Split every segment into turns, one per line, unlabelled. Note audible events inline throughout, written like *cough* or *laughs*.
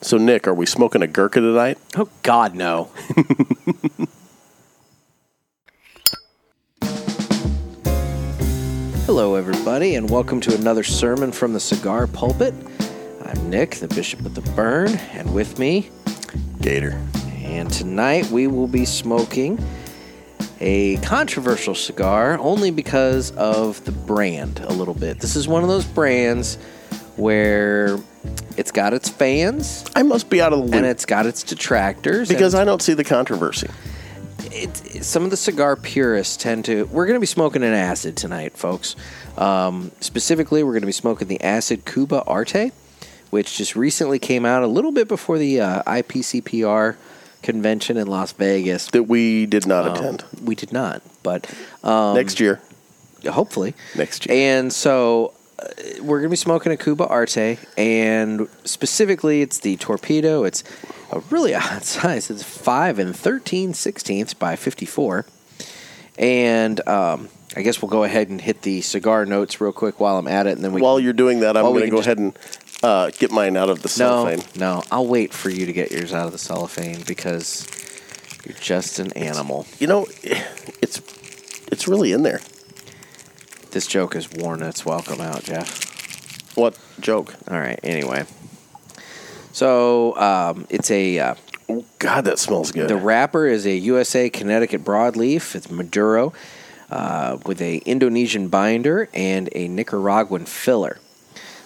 So, Nick, are we smoking a Gurkha tonight?
Oh God, no. *laughs* Hello, everybody, and welcome to another sermon from the cigar pulpit. I'm Nick, the Bishop of the Burn, and with me,
Gator.
and tonight we will be smoking a controversial cigar only because of the brand a little bit. This is one of those brands where it's got its fans
I must be out of the
and
loop
it's got its detractors and
because I don't see the controversy.
it, some of the cigar purists tend to. We're going to be smoking an acid tonight, folks. Um, specifically, we're going to be smoking the acid Cuba Arte, which just recently came out a little bit before the uh, IPCPR convention in Las Vegas. Um,
That we did not attend.
We did not, but um,
Next year.
hopefully
Next year.
And so uh, we're gonna be smoking a Cuba Arte, and specifically, it's the torpedo. It's a really *laughs* odd size. It's five and thirteen sixteenths by fifty four. And um, I guess we'll go ahead and hit the cigar notes real quick while I'm at it, and then we
While you're doing that, I'm
Well, we
going to
can
go
just-
ahead and uh, get mine out of the
no
cellophane.
no I'll wait for you to get yours out of the cellophane because you're just an animal.
You know, *sighs* it's it's really in there.
This joke is worn its welcome out, Jeff.
What joke?
All right. Anyway, so um, it's a uh,
Oh, God, that smells good.
the wrapper is a USA Connecticut broadleaf. It's Maduro uh, with a Indonesian binder and a Nicaraguan filler.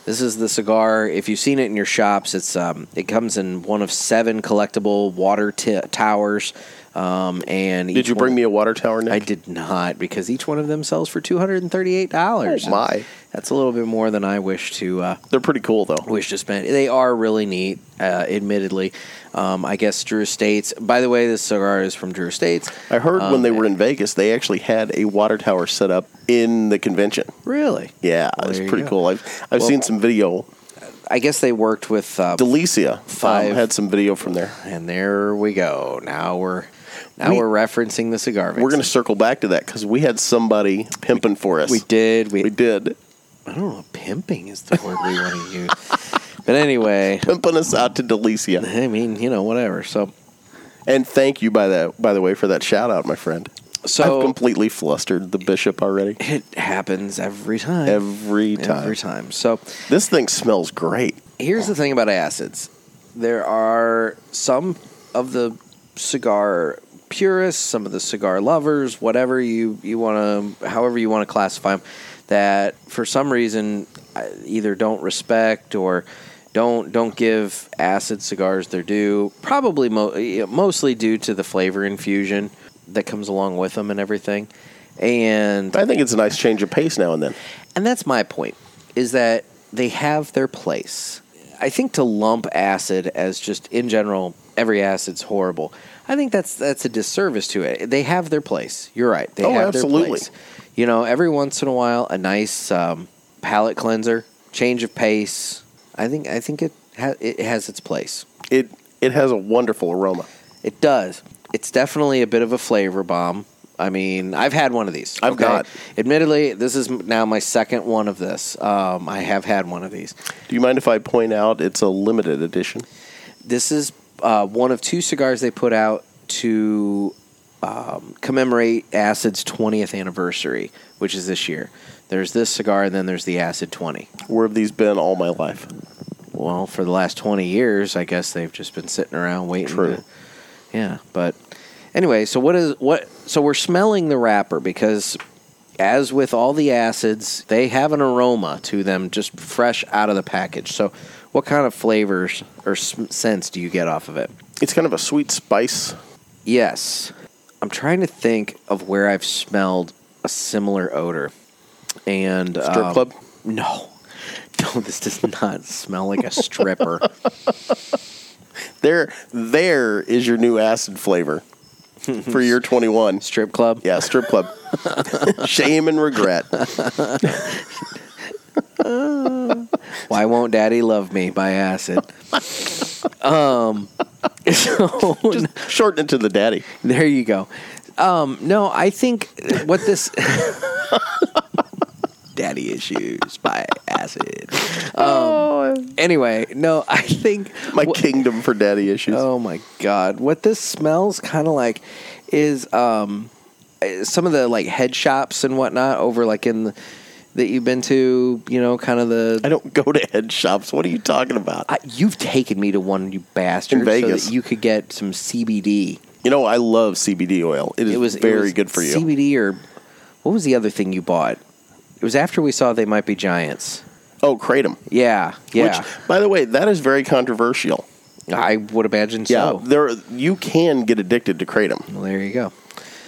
This is the cigar. If you've seen it in your shops, it's um, it comes in one of seven collectible water t- towers. Um, and
did you bring me a water tower, Nick?
I did not because each one of them sells for two hundred and thirty-eight dollars.
Oh, my.
That's a little bit more than I wish to. Uh,
They're pretty cool, though.
wish to spend. They are really neat, uh, admittedly. Um, I guess Drew States. By the way, this cigar is from Drew States.
I heard
Um,
when they were in Vegas, they actually had a water tower set up in the convention.
Really?
Yeah,
Well,
it's
there you
pretty
go.
cool. I've, I've
Well-
seen some video.
I guess they worked with. Uh,
Delicia um,
Five.
had some video from there.
and there we go. Now we're now
We-
we, are referencing the cigar.
We're going to
Vixen.
circle back to that because we had somebody pimping for us.
We did. We,
We did.
I don't know. if Pimping is the word we want to use. But anyway,
Pimping us out to Delicia.
I mean, you know, whatever. So,
And thank you, by the, by the way, for that shout out, my friend.
so
I've completely flustered the bishop already.
it happens every time.
Every time.
Every time. So,
This thing smells great.
Here's the thing about acids. There are some of the cigar purists, some of the cigar lovers, whatever you, you want to, however you want to classify them, that for some reason uh, either don't respect or don't don't give acid cigars their due. Probably mo- yeah, mostly due to the flavor infusion that comes along with them and everything. And
I think it's a nice change of pace now and then.
and that's my point, is that they have their place. I think to lump acid as just in general, every acid's horrible. I think that's that's a disservice to it. They have their place. You're right. They
Oh,
have
absolutely.
their place. You know, every once in a while, a nice um, palate cleanser, change of pace. I think I think it ha- it has its place.
It, it has a wonderful aroma.
It does. It's definitely a bit of a flavor bomb. I mean, I've had one of these.
I've not.
Admittedly, this is m- now my second one of this. Um, I have had one of these.
Do you mind if I point out it's a limited edition?
This is uh, one of two cigars they put out to um, commemorate Acid's 20th anniversary, which is this year. There's this cigar, and then there's the Acid 20.
Where have these been all my life?
Well, for the last 20 years, I guess they've just been sitting around waiting.
True.
to- yeah, but anyway, so what is what? So we're smelling the wrapper because, as with all the acids, they have an aroma to them just fresh out of the package. So, what kind of flavors or sm- scents do you get off of it?
It's kind of a sweet spice.
Yes, I'm trying to think of where I've smelled a similar odor. And
Strip
um,
club?
No, *laughs* no, this does not smell like a stripper.
*laughs* There, there is your new acid
*laughs*
flavor for year 21.
Strip club.
Yeah, strip
*laughs*
club. Shame and regret.
Why won't Daddy love me by acid? *laughs* um, so
Just shorten it to the daddy.
there you go. Um, no, I think what this *laughs* daddy issues by acid. Um, anyway, no, I think
My
wha-
kingdom for daddy issues.
Oh my god, what this smells kind of like is um eh, some of the like head shops and whatnot over like in the, that you've been to, you know, kind of
I
the.
don't go to head shops. What are you talking about?
I, you've taken me to one, you bastard,
In
so
Vegas.
that you could get some CBD.
you know, I love CBD oil. It is
it was it
very
was
good for you.
CBD or what was the other thing you bought? It was after we saw they might be giants.
oh, kratom.
Yeah, yeah.
Which, by the way, that is very controversial.
I would imagine
Yeah,
so.
there you can get addicted to kratom.
Well, there you go.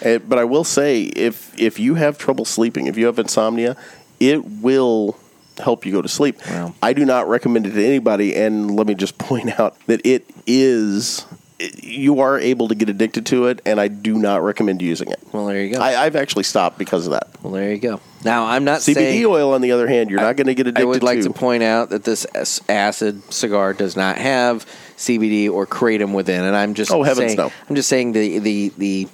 Uh, but I will say, if if you have trouble sleeping, if you have insomnia, it will help you go to sleep.
Wow.
I do not recommend it to anybody. And let me just *laughs* point out that it is it- you are able to get addicted to it, and I do not recommend using it.
Well, there you go.
I, I've actually stopped because of that.
well, there you go. Now I'm not
CBD
saying
oil, on the other hand, you're not going to get addicted
I would like to
to.
point out that this ac- acid cigar does not have CBD or kratom within, and I'm just
Oh, heavens,
saying,
no.
I'm just saying the the the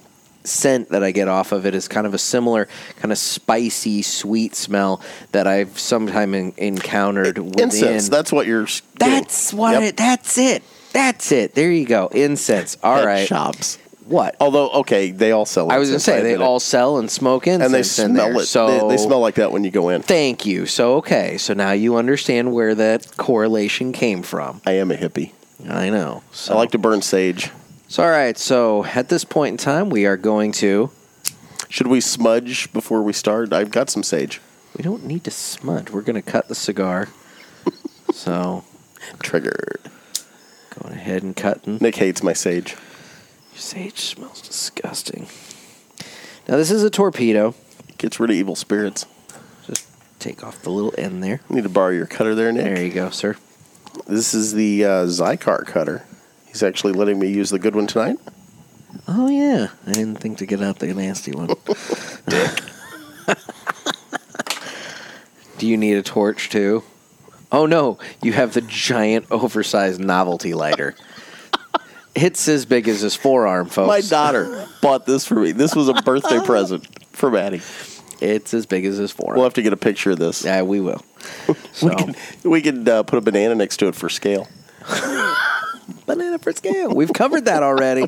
scent that I get off of it is kind of a similar kind of spicy sweet smell that I've sometime en- encountered within.
Incense. That's what you're. s- getting.
That's what
Yep.
it. That's it. That's it. There you go. Incense. All
Head
right.
Shops.
What?
Although, okay, they all sell.
I was gonna
incense,
say they
admit it.
all sell and smoke incense
and they
in
smell
there.
it.
So
they, they smell like that when you go in.
Thank you. So okay. So now you understand where that correlation came from.
I am a hippie.
I know. So
I like to burn sage.
So all right. So at this point in time, we are going to.
Should we smudge before we start? I've got some sage.
We don't need to smudge. We're going to cut the cigar.
*laughs*
so
Triggered.
going ahead and cutting.
Nick hates my sage.
Sage smells disgusting. Now this is a torpedo.
Gets rid of evil spirits.
Just take off the little end there.
Need to borrow your cutter there, Nick.
There you go, sir.
This is the uh, Zycar cutter. He's actually letting me use the good one tonight.
Oh yeah, I didn't think to get out the
*laughs*
nasty one. *laughs* Do you need a torch too? Oh no, you have the giant oversized
*laughs*
novelty lighter. it's as big as his forearm, folks.
My daughter
*laughs*
bought this for me. This was a birthday present for Maddie.
it's as big as his forearm.
We'll have to get a picture of this.
yeah, we will.
*laughs*
So,
We can, we can uh, put a banana next to it for scale.
*laughs* banana for scale. We've covered
*laughs*
that already.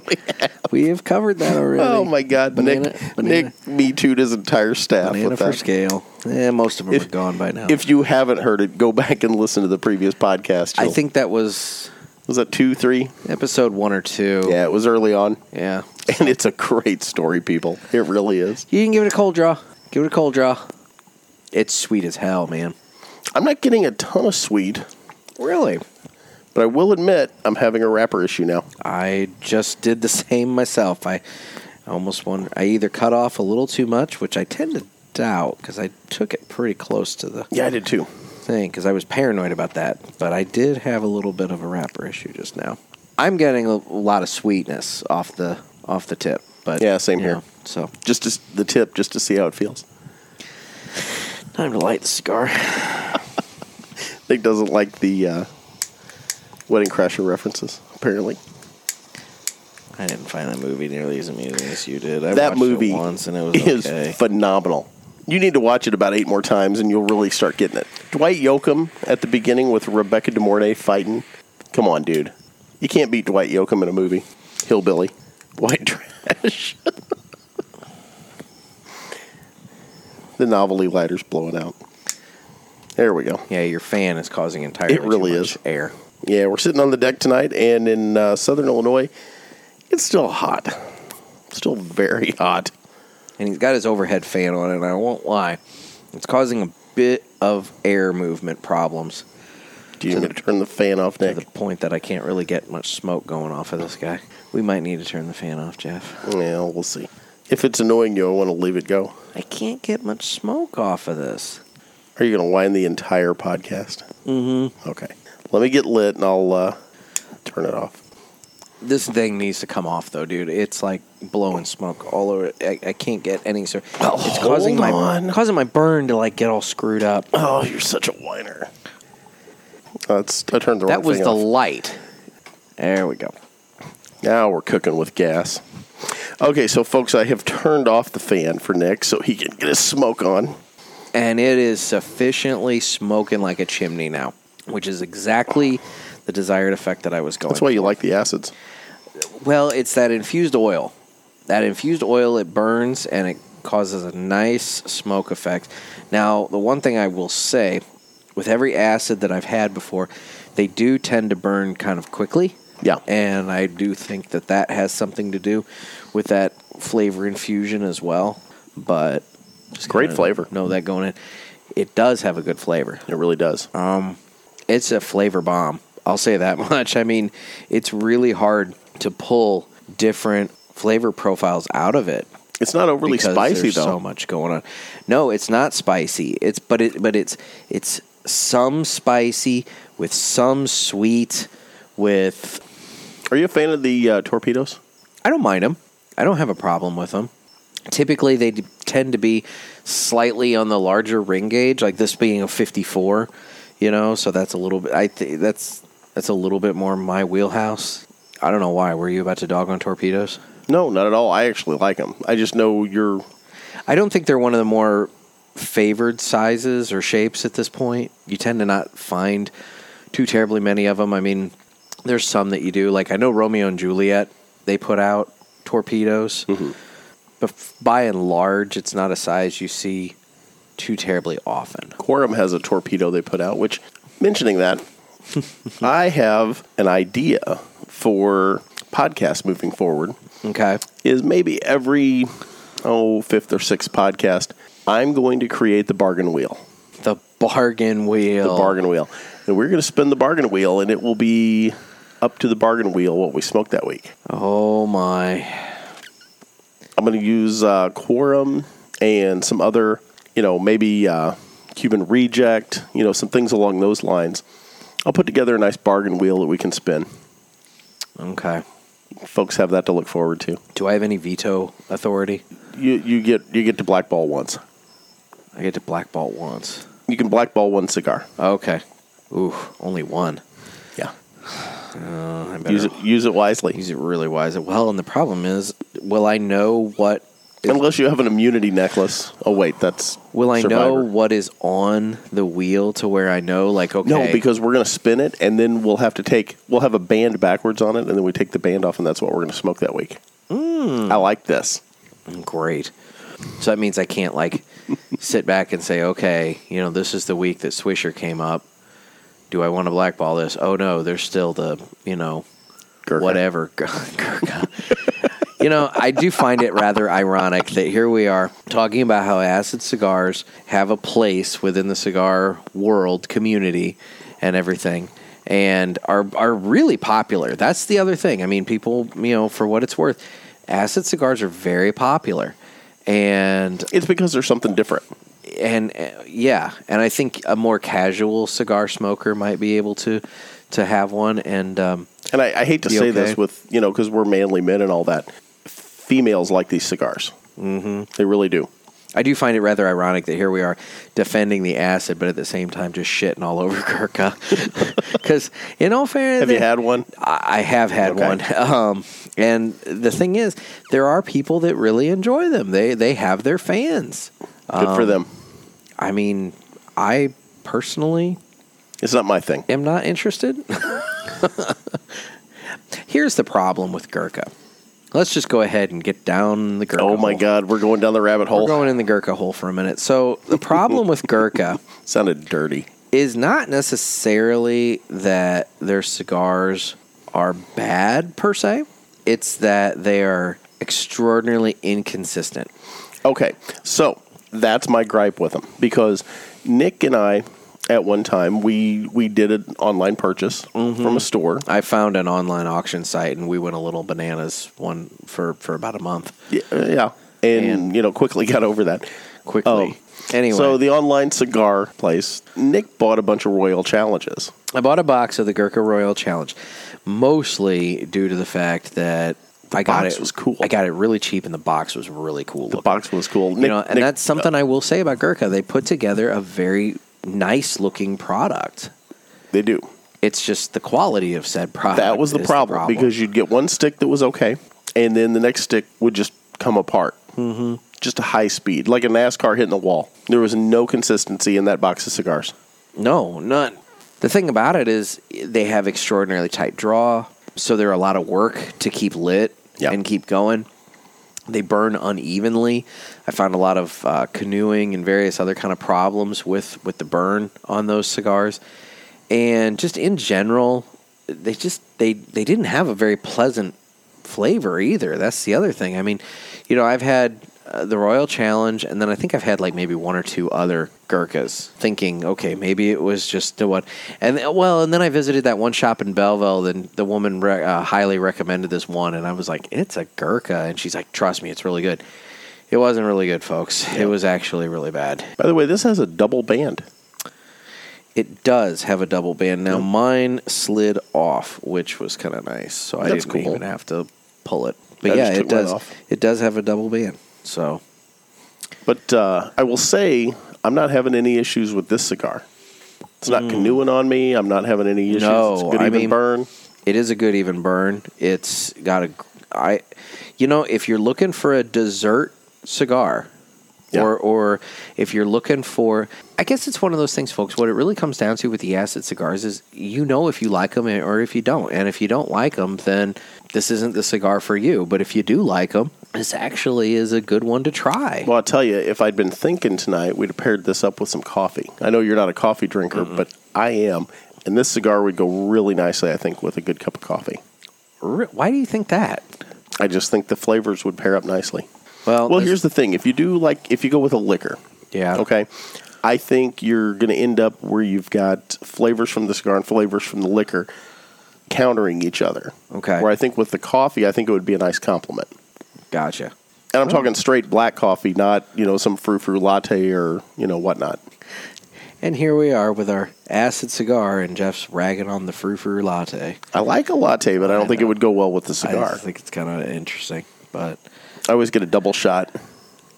we have covered that already.
Oh my God,
Banana-
Nick!
banana.
Nick me too'd his entire staff
Banana
with
for
that.
scale. Eh, most of them
If-
are gone by now.
If you haven't heard it, go *laughs* back and listen to the previous podcast.
I
You'll-
think that was
was that two, three.
episode one or two.
Yeah, it was early on, *laughs*
Yeah.
and it's a great story, people. It really is.
You can give it a cold draw. Give it a cold draw. It's sweet as hell, man.
I'm not getting a ton of sweet,
Really?
but I will admit I'm having a wrapper issue now.
I just did the *laughs* same myself. I I almost wonder. I either cut off a little too much, which I tend to doubt because I took it pretty close to the
Yeah, I did too.
thing because I was paranoid about that. But I did have a little bit of a wrapper issue just now. I'm getting a lot of sweetness off the off the tip, but
Yeah, same
you
here.
know, so
Just as the tip, just to see how it feels.
time to light the cigar. *laughs*
Nick doesn't like the uh, wedding crasher references. Apparently,
I didn't find that movie nearly as amusing as you did. I
that
watched it
movie
once and it was
is
okay.
phenomenal. You need to watch it about eight more times, and you'll really start getting it. Dwight Yoakam at the beginning with Rebecca De Mornay fighting. Come on, dude. You can't beat Dwight Yoakam in a movie. Hillbilly, white *laughs* trash. the novelty lighter's blowing out. There we go.
Yeah, your fan is causing entirely
It really
too much
is.
air.
Yeah, we're sitting on the deck tonight, and in uh, Southern Illinois, it's still hot. Still very hot.
And he's got his overhead fan on, and I won't lie, it's causing a bit of air movement problems
Do you need to turn the fan off,
to the
Nick?
point that I can't really get much smoke going off of this guy. We might need to turn the fan off, Jeff.
Yeah, we'll see. If it's annoying you, I want to leave it go.
I can't get much smoke off of this.
Are you going to wind the entire podcast?
Mm-hmm.
Okay. Let me get lit and I'll uh, turn it off.
This thing needs to come off, though, dude. It's like blowing smoke all over. I, I can't get any. So
Well,
it's causing
Oh, hold
my
on.
causing my burn to like get all screwed up.
Oh, you're such a whiner. That's I turned the wrong
That was
thing
the
off.
light. There we go.
Now we're cooking with gas. Okay, so folks, I have turned off the fan for Nick so he can get his smoke on.
and it is sufficiently smoking like a chimney now, which is exactly the desired effect that I was going.
That's why you like the acids.
Well, it's that infused oil. That infused oil it burns and it causes a nice smoke effect. Now, the one thing I will say, with every acid that I've had before, they do tend to burn kind of quickly.
Yeah.
And I do think that that has something to do with that flavor infusion as well. But just
Great
kinda
flavor.
Know that going in. It does have a good flavor
It really does.
Uh, it's a flavor bomb. I'll say that *laughs* much. I mean, it's really hard to pull different flavor profiles out of it.
it's not overly
because
spicy
there's
though.
So much going on. No, it's not spicy. It's but it but it's it's some spicy with some sweet with
Are you a fan of the uh, torpedoes?
I don't mind them. I don't have a problem with them. Typically, they d- tend to be slightly on the larger ring gauge, like this being a 54. You know, so that's a little bit. I think that's that's a little bit more my wheelhouse. I don't know why. Were you about to dog on torpedoes?
No, not at all. I actually like them. I just know you're.
I don't think they're one of the more favored sizes or shapes at this point. You tend to not find too terribly many of them. I mean, there's some that you do. Like I know Romeo and Juliet, they put out torpedoes,
Mm-hmm.
but f- by and large, it's not a size you see too terribly often.
Quorum has a torpedo they put out. Which, mentioning that, I have an idea for podcast moving forward.
Okay.
Is maybe every oh fifth or sixth podcast, I'm going to create the bargain wheel.
The bargain wheel.
the bargain wheel. And we're going to spin the bargain wheel, and it will be up to the bargain wheel what we smoked that week.
Oh my.
I'm going to use uh, Quorum and some other, you know, maybe uh, Cuban Reject, you know, some things along those lines. I'll put together a nice bargain wheel that we can spin.
Okay.
Folks have that to look forward to.
Do I have any veto authority?
You you get you get to blackball once.
I get to blackball once.
You can blackball one cigar.
Okay. Ooh, only one.
Yeah.
Uh, I better
Use it use it wisely.
use it really wise. Well, and the problem is, will I know what?
Unless you have an immunity necklace. Oh wait, that's
Will I know
Survivor.
what is on the wheel to where I know? Like, okay,
No, because we're going to spin it, and then we'll have to take we'll have a band backwards on it, and then we take the band off, and that's what we're going to smoke that week.
Hmm.
I like this.
great. So that means I
*laughs*
can't like sit back and say, okay, you know, this is the week that Swisher came up. Do I want to blackball this? Oh no, there's still the you know
Gurkha.
whatever. *laughs* Gurkha. you know, I do find it rather ironic that here we are talking about how acid cigars have a place within the cigar world community and everything and are are really popular. That's the other thing. I mean, people, you know, for what it's worth, acid cigars are very popular. And
It's because there's something different.
and uh, yeah, and I think a more casual cigar smoker might be able to to have one and um
And I, I hate to
Be
say
okay.
this with you know because we're manly men and all that. Females like these cigars. Mm-hmm. They really do.
I do find it rather ironic that here we are defending the acid, but at the same time just shitting all *laughs* over Gurkha. Because in all fairness,
Have you had one?
I I have had
Okay.
one, *laughs* um, and the thing is, there are people that really enjoy them. They they have their fans.
Good
Um,
for them.
I mean, I personally
It's not my thing.
am not interested. *laughs* Here's the problem with Gurkha. Let's just go ahead and get down the Gurkha.
Oh my
hole.
God, we're going down the rabbit
We're
hole.
going in the Gurkha hole for a minute. So the problem with
*laughs*
Gurkha.
Sounded dirty.
is not necessarily that their cigars are bad per se. It's that they are extraordinarily inconsistent.
Okay, so that's my gripe with them because Nick and I, at one time, we we did an online purchase
Mm-hmm.
from a store.
I found an online auction site and we went a little bananas one for, for about a month
Yeah, yeah. And, you know, quickly *laughs* got over that.
quickly. anyway,
Oh. So the online cigar place, Nick bought a bunch of Royal Challenges.
I bought a box of the Gurkha Royal Challenge, mostly due to the fact that I got
box
it
was cool.
I got it really cheap and the box was really cool.
The box was cool. Nick,
you know, and
Nick-
that's something I will say about Gurkha. They put together a very nice looking product.
they do.
It's just the quality of said product.
That was the
is
problem, because you'd get one stick that was okay, and then the next stick would just come apart.
Mm-hmm.
Just a high speed, like a NASCAR hitting the wall. There was no consistency in that box of cigars.
No, none. The thing about it is they have extraordinarily tight draw, so they're a lot of work to keep lit
Yeah.
and keep going. They burn unevenly. I found a lot of uh, canoeing and various other kind of problems with with the burn on those cigars, and just in general, they just they they didn't have a very pleasant flavor either. That's the other thing. I mean, you know, I've had uh, the Royal Challenge, and then I think I've had like maybe one or two other Gurkhas, thinking, okay, maybe it was just the one. And uh, well, and then I visited that one shop in Belleville, and the woman re- uh, highly recommended this one, and I was like, it's a Gurkha. And she's like, trust me, it's really good. It wasn't really good, folks. It was actually really bad.
By the way, this has a double band.
It does have a double band. Now, mine slid off, which was kind of nice. So I
That's
didn't
cool.
even have to pull it.
I
But yeah,
just
it
took mine
does.
off.
It does have a double band. So
But uh, I will say, I'm not having any issues with this cigar. It's not canoeing on me. I'm not having any issues.
Hmm. No,
it's a good
I
even
mean-
burn.
it is a good even burn. It's got a I you know, if you're looking for a dessert cigar
Yeah.
or or if you're looking for I guess it's one of those things folks what it really comes down to with the acid cigars is you know if you like them or if you don't. And if you don't like them then this isn't the cigar for you, but if you do like them, this actually is a good one to try.
Well, I'll tell you, if I'd been thinking tonight, we'd have paired this up with some coffee. I know you're not a coffee drinker,
Mm-hmm.
but I am. And this cigar would go really nicely, I think, with a good cup of coffee.
Re- Why do you think that?
I just think the flavors would pair up nicely.
Well,
Well,
this-
here's the thing if you do like, if you go with a liquor,
yeah.
okay, I think you're going to end up where you've got flavors from the cigar and flavors from the liquor countering each other.
Okay.
Where I think with the coffee, I think it would be a nice compliment.
Gotcha.
And I'm talking straight black coffee, not, you know, some frou frou latte or, you know, whatnot.
And here we are with our acid cigar and Jeff's ragging on the frou frou latte.
I like a latte, but I don't
I
think it
know.
would go well with the
I
cigar.
just think it's kind of interesting, but
I always get a double shot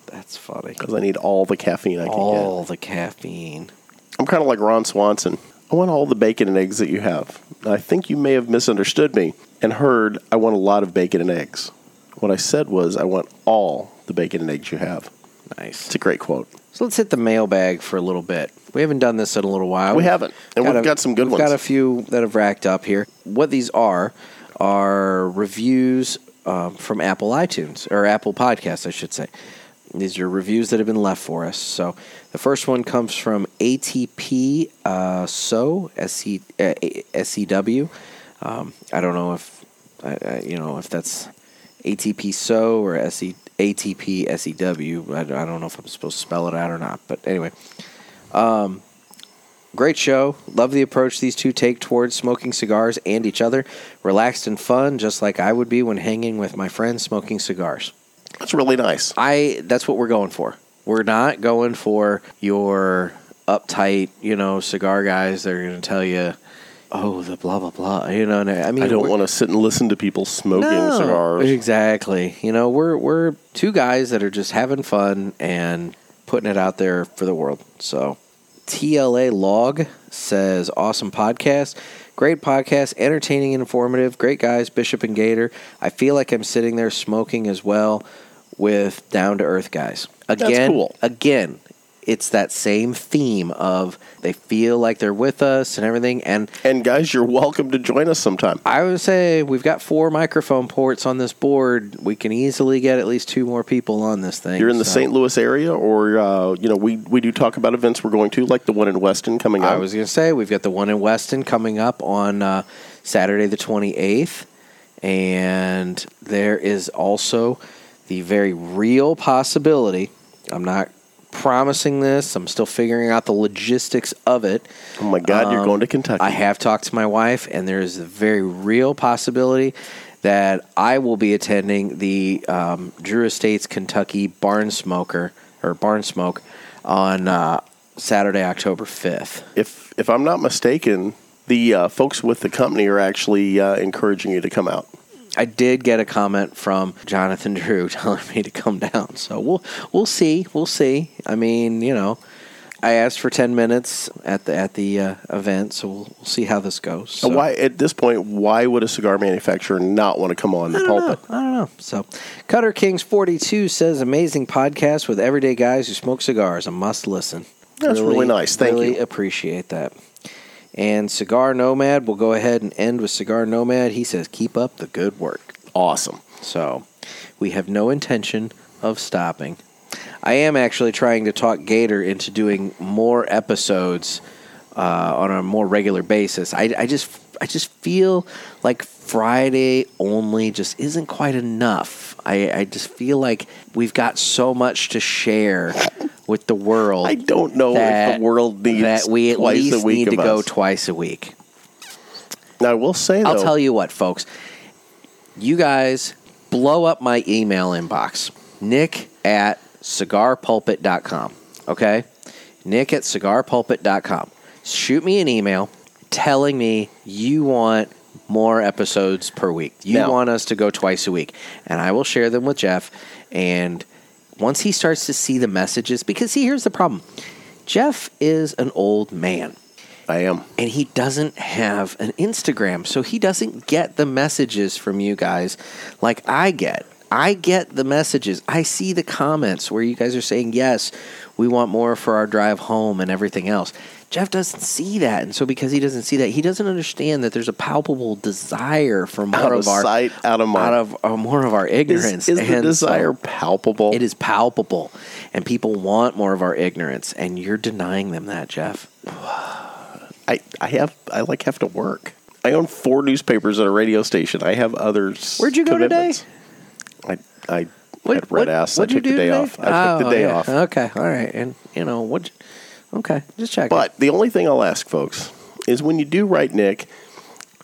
that's funny.
because I need all the caffeine I can
All the caffeine.
get. I'm kind of like Ron Swanson. I want all the bacon and eggs that you have. And I think you may have misunderstood me and heard I want a lot of bacon and eggs. What I said was I want all the bacon and eggs you have. It's
Nice.
a great quote.
So let's hit the mailbag for a little bit. We haven't done this in a little while.
We haven't, and we've got some good
we've
ones.
Got a few that have racked up here. What these are are reviews um, from Apple iTunes or Apple Podcasts, I should say. These are reviews that have been left for us. So the first one comes from ATP uh, So S E uh, S E W. Um, I don't know if I, I, you know if that's ATP So or E, SE, ATP SEW. E I, I don't know if I'm supposed to spell it out or not. But anyway, Um, Great show. Love the approach these two take towards smoking cigars and each other. Relaxed and fun, just like I would be when hanging with my friends smoking cigars.
That's really nice.
I that's what we're going for. We're not going for your uptight, you know, cigar guys that are going to tell you, "Oh, the blah blah blah." You know, and I I mean,
I don't
we're-
want to sit and listen to people smoking cigars.
Exactly. You know, we're we're two guys that are just having fun and putting it out there for the world. So TLA Log says awesome podcast. Great podcast, entertaining and informative. Great guys, Bishop and Gator. I feel like I'm sitting there smoking as well with down to earth guys. Again,
cool.
again, it's that same theme of they feel like they're with us and everything and
And guys, you're welcome to join us sometime.
I would say we've got four microphone ports on this board. We can easily get at least two more people on this thing.
You're in the
so-
St. Louis area, or uh, you know, we we do talk about events we're going to, like the one in Weston coming up.
I was going to say we've got the one in Weston coming up on uh, Saturday the 28th, and there is also the very real possibility. I'm not promising this. I'm still figuring out the logistics of it.
oh my God, you're
Um,
going to Kentucky.
I have talked to my wife, and there is a very real possibility that I will be attending the um, Drew Estates Kentucky Barn Smoker or Barn Smoke on uh, Saturday, October fifth.
If if I'm not mistaken, the uh, folks with the company are actually uh, encouraging you to come out.
I did get a comment from Jonathan *laughs* Drew telling me to come down, so we'll we'll see, we'll see. I mean, you know, I asked for ten minutes at the at the uh, event, so we'll, we'll see how this goes. So.
Why at this point? Why would a cigar manufacturer not want to come on the
I don't
pulpit?
know. I don't know. So, Cutter Kings 42 says amazing podcast with everyday guys who smoke cigars. A must listen.
That's really nice. Thank
really
you.
appreciate that. And Cigar Nomad, we'll go ahead and end with Cigar Nomad. He says, keep up the good work.
Awesome.
So, we have no intention of stopping. I am actually trying to talk Gator into doing more episodes uh, on a more regular basis. I, I just I just feel like Friday only just isn't quite enough. I, I just feel like we've got so much to share with the world.
I don't know if
that-
the world needs
that we at
twice
least
a week
need to
of
go
us.
twice a week.
Now, I will say though,
I'll tell you what, folks. You guys blow up my email inbox. Nick at cigarpulpit.com. Okay? Nick at cigarpulpit.com. Shoot me an email telling me you want more episodes per week. You
Now-
want us to go twice a week. And I will share them with Jeff. And once he starts to see the messages, because see, here's the problem Jeff is an old man
I am.
and he doesn't have an Instagram, so he doesn't get the messages from you guys like I get. I get the messages. I see the comments where you guys are saying, yes, we want more for our drive home and everything else. Jeff doesn't see that. And so, because he doesn't see that, he doesn't understand that there's a palpable desire for more
Out of,
of, our
sight, out of mind.
out of uh, more of our ignorance.
is, is the
And so-
desire palpable?
it is palpable, and people want more of our ignorance, and you're denying them that, Jeff.
I, I have I like have to work. I own four newspapers at a radio station. I have others.
Where'd you go today?
I I
What-
had red
what-
ass. I
what'd you
took the
do
day
today?
off. I took
Oh,
the day
yeah.
off.
Okay, all right, and you know what? Okay, just check.
But the only thing I'll ask, folks, is when you do write Nick,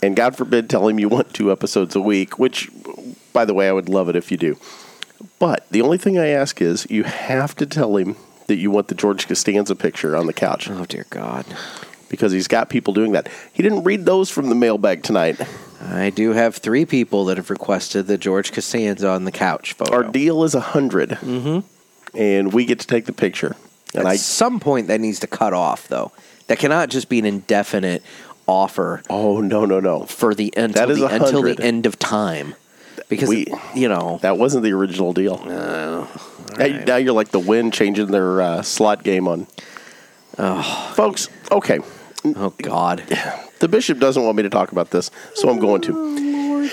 and God forbid tell him you want two episodes a week, which, by the way, I would love it if you do. But the only thing I ask is you have to tell him that you want the George Costanza picture on the couch
oh dear God,
because he's got people doing that. He didn't read those from the mailbag tonight.
I do have three people that have requested the George Costanza on the couch photo.
Our deal is 100, mm-hmm. and we get to take the picture.
At
And I,
some point, that needs to cut off, though. That cannot just be an indefinite offer
oh, no, no, no.
for the until
That is
the, until the
100.
end of time, because
We-
you know.
That wasn't the original deal.
uh,
Now, now you're like the wind changing their uh, slot game on. Folks, okay.
oh God.
The bishop doesn't want me to talk about this, so I'm going to.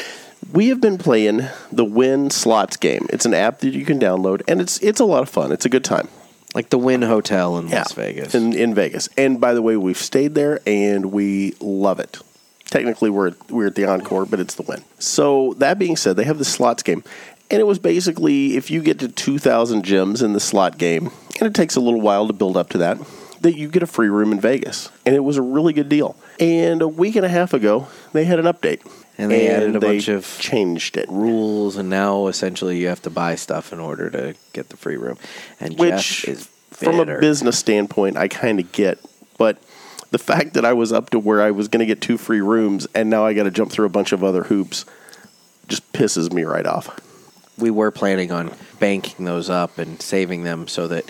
We have been playing the Win Slots game. It's an app that you can download, and it's it's a lot of fun. It's a good time.
Like the Wynn Hotel in Las Vegas.
in in Vegas. And by the way, we've stayed there and we love it. Technically, we're at, we're at the Encore, but it's the Win. So that being said, they have the slots game, and it was basically if you get to two thousand gems in the slot game, and it takes a little while to build up to that, that you get a free room in Vegas, and it was a really good deal. And a week and a half ago, they had an update,
And they added a bunch of-
changed it.
rules, and now essentially you have to buy stuff in order to get the free room. And
which
Jeff is
from
bitter.
a business standpoint i kind of get but the fact that i was up to where i was going to get two free rooms and now i got to jump through a bunch of other hoops just pisses me right off
We were planning on banking those up and saving them so that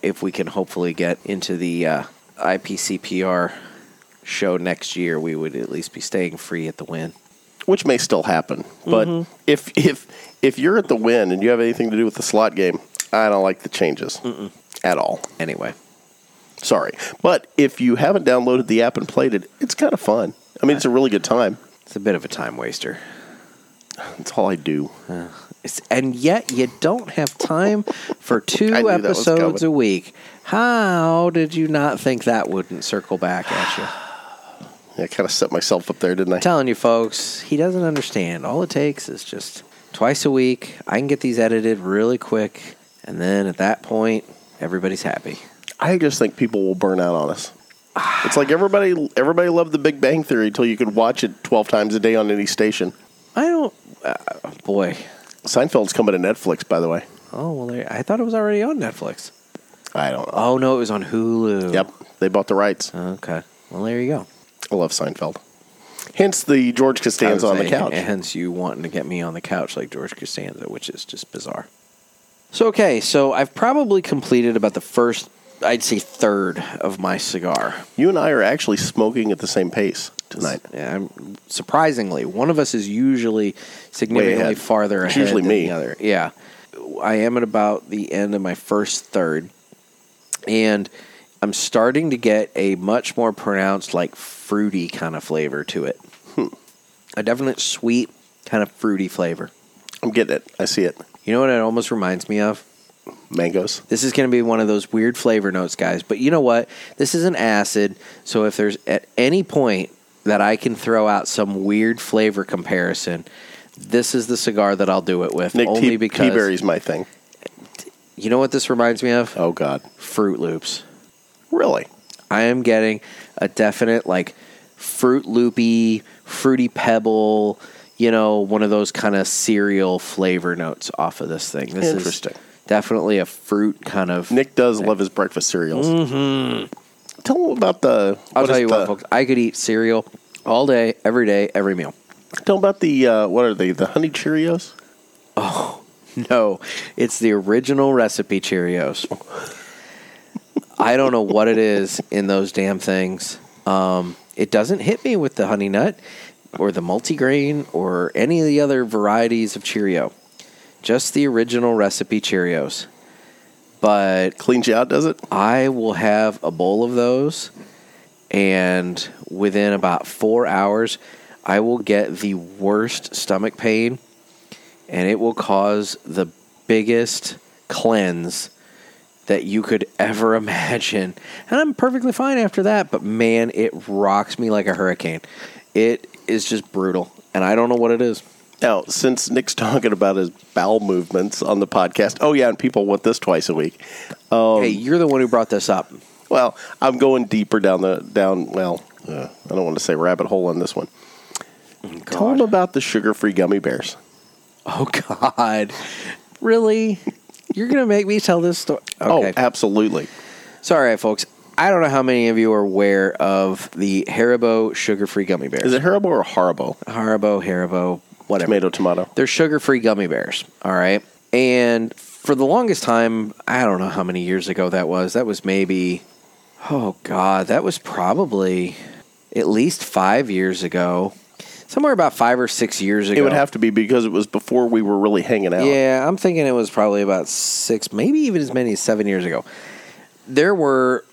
if we can hopefully get into the uh, IPCPR show next year, we would at least be staying free at the win.
which may still happen but if if if you're at the win and you have anything to do with the slot game i don't like the changes at all
Anyway,
sorry but if you haven't downloaded the app and played it it's kind of fun i mean it's a really good time
it's a bit of a time waster.
that's all i do
It's, and yet you don't have time
*laughs*
for
I knew
two
that was
episodes a
coming.
week. How did you not think that wouldn't circle back at you?
i kind of set myself up there didn't i
telling you folks, he doesn't understand. All it takes is just twice a week. I can get these edited really quick, and then at that point, everybody's happy.
I just think people will burn out on us. It's like everybody everybody loved the Big Bang Theory until you could watch it twelve times a day on any station.
I don't. Uh, boy.
Seinfeld's coming to Netflix, by the way.
Oh well, there, I thought it was already on Netflix.
I don't know.
Oh no, it was on Hulu.
Yep, they bought the rights.
Okay. Well, there you go.
I love Seinfeld. Hence the George Costanza
I would
on the
say,
couch.
Hence you wanting to get me on the couch like George Costanza, which is just bizarre. So okay, so I've probably completed about the first I'd say third of my cigar.
You and I are actually smoking at the same pace tonight.
Yeah, I'm, surprisingly, one of us is usually significantly
ahead.
farther
It's
ahead
usually
than
me.
the other. Yeah, I am at about the end of my first third, and I'm starting to get a much more pronounced, like fruity kind of flavor to it.
Hmm.
A definite sweet kind of fruity flavor.
I'm getting it. I see it.
You know what it almost reminds me of?
Mangoes.
This is going to be one of those weird flavor notes, guys. But you know what? This is an acid. So if there's at any point that I can throw out some weird flavor comparison, this is the cigar that I'll do it with.
Nick,
only
tea, tea
because
berry's my thing.
you know what this reminds me of?
Oh God,
Fruit Loops.
really?
I am getting a definite like fruit loopy, fruity pebble. You know, one of those kind of cereal flavor notes off of this thing. This
Interesting.
is definitely a fruit kind of.
Nick does love his breakfast cereals. Mm-hmm. Tell him about the.
I'll
what
tell
is
you
the,
what, folks. I could eat cereal all day, every day, every meal. *laughs*
Tell him about the uh, what are they? The honey Cheerios.
No, it's the original recipe Cheerios. I don't know what it is in those damn things. Um, it doesn't hit me with the honey nut or the multigrain or any of the other varieties of Cheerio. Just the original recipe Cheerios. But
Cleans you out, does it?
I will have a bowl of those, and within about four hours, I will get the worst stomach pain, and it will cause the biggest cleanse that you could ever *laughs* imagine. And I'm perfectly fine after that, but man, it rocks me like a hurricane. It is just brutal, and I don't know what it is.
Now, since Nick's *laughs* talking about his bowel movements on the podcast, oh yeah, and people want this twice a week.
hey, you're the one who brought this up.
Well, I'm going deeper down the down. Well, uh, I don't want to say rabbit hole on this one. Tell him
God.
about the sugar-free gummy bears.
Oh God, really? You're gonna make me tell this story?
Oh, absolutely.
so all right, folks. I don't know how many of you are aware of the Haribo sugar-free gummy bears.
Is it Haribo or Haribo?
Haribo, Haribo, whatever?
Tomato, tomato.
They're sugar-free gummy bears. All right, and for the longest time, I don't know how many years ago that was. That was maybe, oh God, that was probably at least five years ago. Somewhere about five or six years ago.
It would have to be because it was before we were really hanging out.
Yeah, I'm thinking it was probably about six, maybe even as many as seven years ago. There were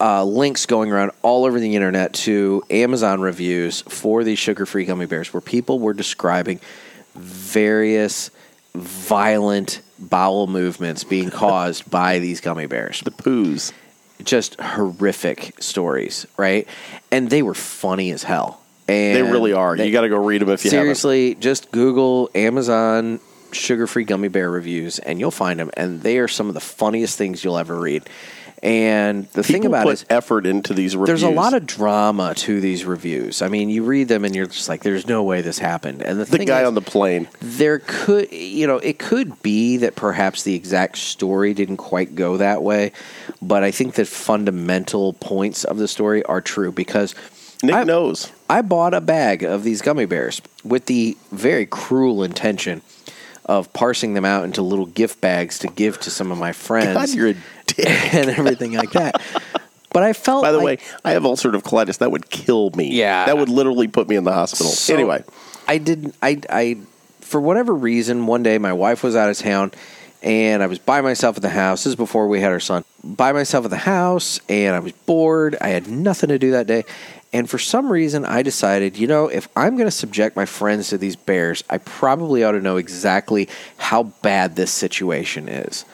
uh, links going around all over the internet to Amazon reviews for these sugar free gummy bears where people were describing various violent bowel
*laughs*
movements being caused by these gummy bears
The poos.
just horrific stories right and they were funny as hell and
They really are.
they-
you got to go read them if you
seriously just google amazon sugar-free gummy bear reviews and you'll find them and they are some of the funniest things you'll ever read and the
haven't.
thing about
put
it is
effort into these reviews.
there's a lot of drama to these reviews i mean you read them and you're just like there's no way this happened and the,
the
thing
guy
is,
on the plane.
there could you know it could be that perhaps the exact story didn't quite go that way but i think the fundamental points of the story are true because
Nick
I-
knows.
I bought a bag of these gummy bears with the very cruel intention of parsing them out into little gift bags to give to some of
*laughs*
my
God,
friends
you're a dick.
*laughs* and everything like that. But I felt
By the
like-
way, I have ulcerative colitis. That would kill me.
Yeah.
That would literally put me in the hospital.
So,
anyway,
I didn't. I I for whatever reason, one day my wife was out of town, and I was by myself at the house. This is before we had our son. By myself at the house, and I was bored. I had nothing to do that day. And for some reason, I decided, you know, if I'm going to subject my friends to these bears, I probably ought to know exactly how bad this situation is.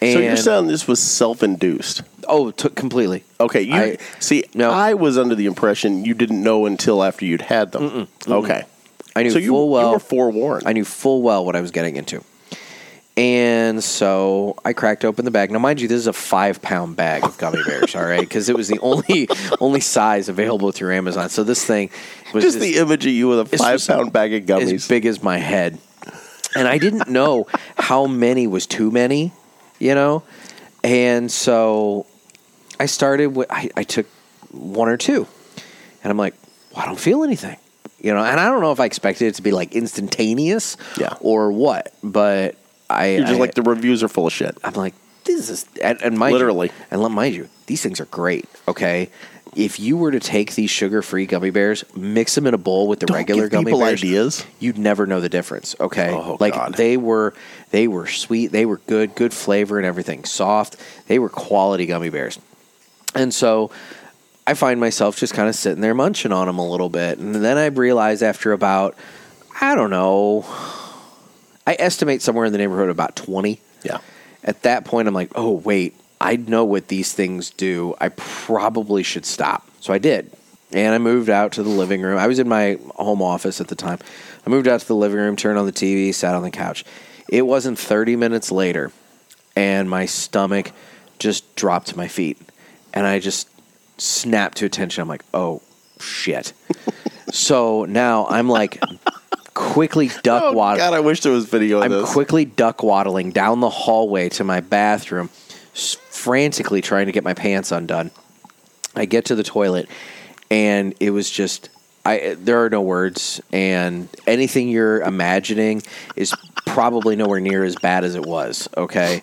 And,
so you're saying this was self-induced.
oh, took completely.
Okay, you
I-
see,
No.
I was under the impression you didn't know until after you'd had them. Okay,
I knew
so you,
full well
you were forewarned.
I knew full well what I was getting into. And so I cracked open the bag. Now, mind you, this is a five pound bag of gummy bears, all right? Because it was the only *laughs* only size available through Amazon. So this thing was
Just
as-
the image of you with a
it's
five
just-
pound bag of
as
gummies.
big as my head. And I
*laughs*
didn't know how many was too many, you know? And so I started with, I, I took one or two. And I'm like, well, I don't feel anything, you know? And I don't know if I expected it to be like instantaneous
Yeah.
or what, but I.
You're just
I-
like the reviews are full of shit.
I'm like, this is and, and mind you-
Literally.
and let mind you, these things are great. Okay, if you were to take these sugar-free gummy bears, mix them in a bowl with the
Don't
regular
give
gummy
people
bears,
ideas.
you'd never know the difference. Okay,
Oh,
like
God.
they were they were sweet, they were good, good flavor and everything, soft. They were quality gummy bears, and so. I find myself just kind of sitting there munching on them a little bit. And then I realize after about, I don't know, I estimate somewhere in the neighborhood of about 20.
Yeah.
At that point, I'm like, oh, wait, I know what these things do. I probably should stop. So I did. And I moved out to the living room. I was in my home office at the time. I moved out to the living room, turned on the TV, sat on the couch. It wasn't 30 minutes later, and my stomach just dropped to my feet. And I just snapped to attention. I'm like, oh,
*laughs*
shit. so now I'm like quickly duck
Oh,
water.
God, I wish there was video of
I'm
this.
quickly duck waddling down the hallway to my bathroom, s- frantically trying to get my pants undone. I get to the toilet, and it was just I. There are no words, and anything you're imagining is probably nowhere near as bad as it was. Okay,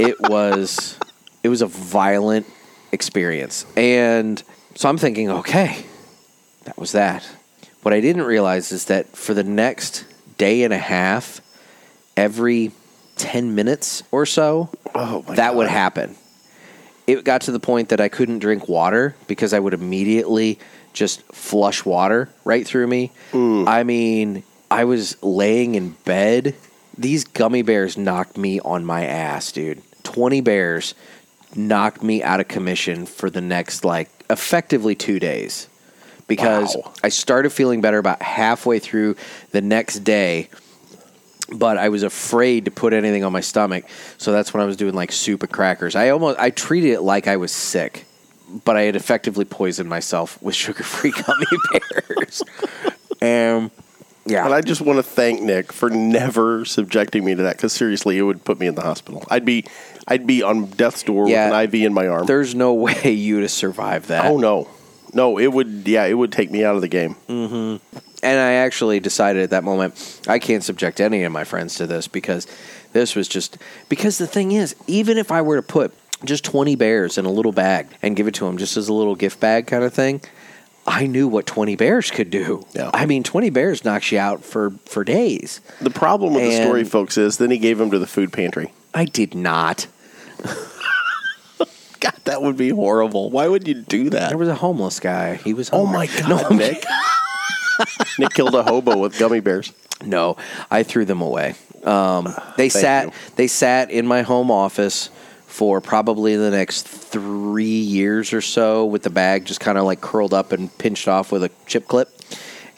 it was it was a violent experience, and so I'm thinking, okay, that was that. What I didn't realize is that for the next day and a half, every 10 minutes or so,
Oh, my
that
God.
would happen. It got to the point that I couldn't drink water because I would immediately just flush water right through me. I mean, I was laying in bed. These gummy bears knocked me on my ass, dude. 20 bears knocked me out of commission for the next, like, effectively two days because
Wow.
I started feeling better about halfway through the next day, but I was afraid to put anything on my stomach, so that's when I was doing like soup and crackers. I almost I treated it like I was sick, but I had effectively poisoned myself with *laughs* sugar-free gummy bears. um, yeah,
And I just want to thank Nick for never subjecting me to that because seriously, it would put me in the hospital. I'd be, I'd be on death's door
Yeah.
with an IV in my arm.
there's no way you'd have survived that.
oh no, no, it would. Yeah, it would take me out of the game.
Mm. and I actually decided at that moment I can't subject any of my friends to this because this was just because the thing is, even if I were to put just 20 bears in a little bag and give it to them just as a little gift bag kind of thing, I knew what 20 bears could do.
Yeah.
I mean, 20 bears knocks you out for for days.
The problem with the
And-
story, folks, is then he gave him to the food pantry.
I did not.
God, that would be horrible. Why would you do that?
There was a homeless guy. He was
Oh
homeless.
my god,
*laughs*
Nick! Nick killed a hobo with gummy bears.
No, I threw them away. Um, they
Thank
sat.
you.
They sat in my home office for probably the next three years or so, with the bag just kind of like curled up and pinched off with a chip clip.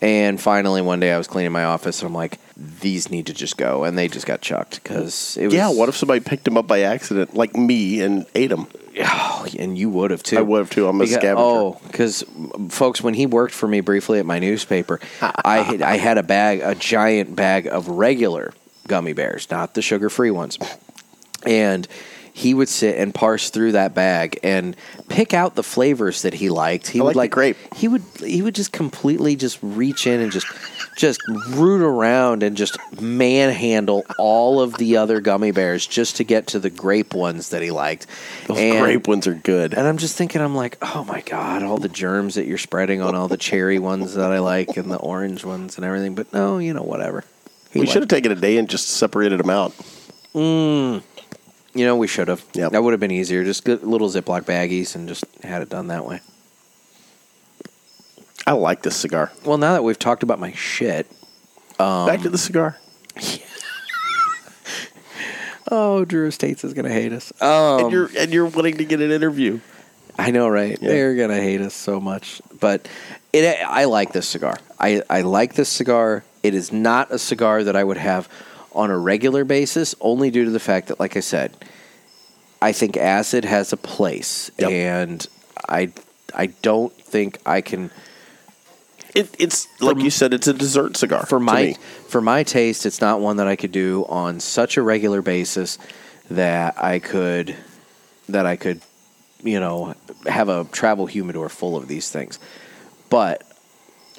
And finally, one day, I was cleaning my office, and I'm like, "These need to just go," and they just got chucked because it was.
Yeah, what if somebody picked him up by accident, like me, and ate him?
Oh, and you would have too.
I would have, too. I'm a
Because-
scavenger.
Oh, because folks, when he worked for me briefly at my newspaper, I had, I had a bag, a giant bag of regular gummy bears, not the sugar free ones, and he would sit and parse through that bag and pick out the flavors that he liked. He
I like
would
the
like
grape.
He would he would just completely just reach in and just just root around and just manhandle all of the other gummy bears just to get to the grape ones that he liked.
Those
And-
grape ones are good.
and I'm just thinking, I'm like, oh my god, all the germs that you're spreading on all the cherry ones that I like and the orange ones and everything. But no, you know, whatever.
we
He liked-
should have taken a day and just separated them out.
you know, we should have.
Yep.
that would have been easier. Just good little Ziploc baggies and just had it done that way.
I like this cigar.
Well, now that we've talked about my shit,
Back to the cigar.
oh, Drew Estates is gonna hate us. Um,
and you're and you're wanting to get an interview.
I know, right?
Yeah.
They're gonna hate us so much, but it. I like this cigar. I I like this cigar. It is not a cigar that I would have on a regular basis, only due to the fact that, like I said, I think acid has a place,
Yep.
and I I don't think I can
It, it's like you said, it's a dessert cigar
for
to
my
me.
for my taste. It's not one that I could do on such a regular basis that I could that I could you know have a travel humidor full of these things. But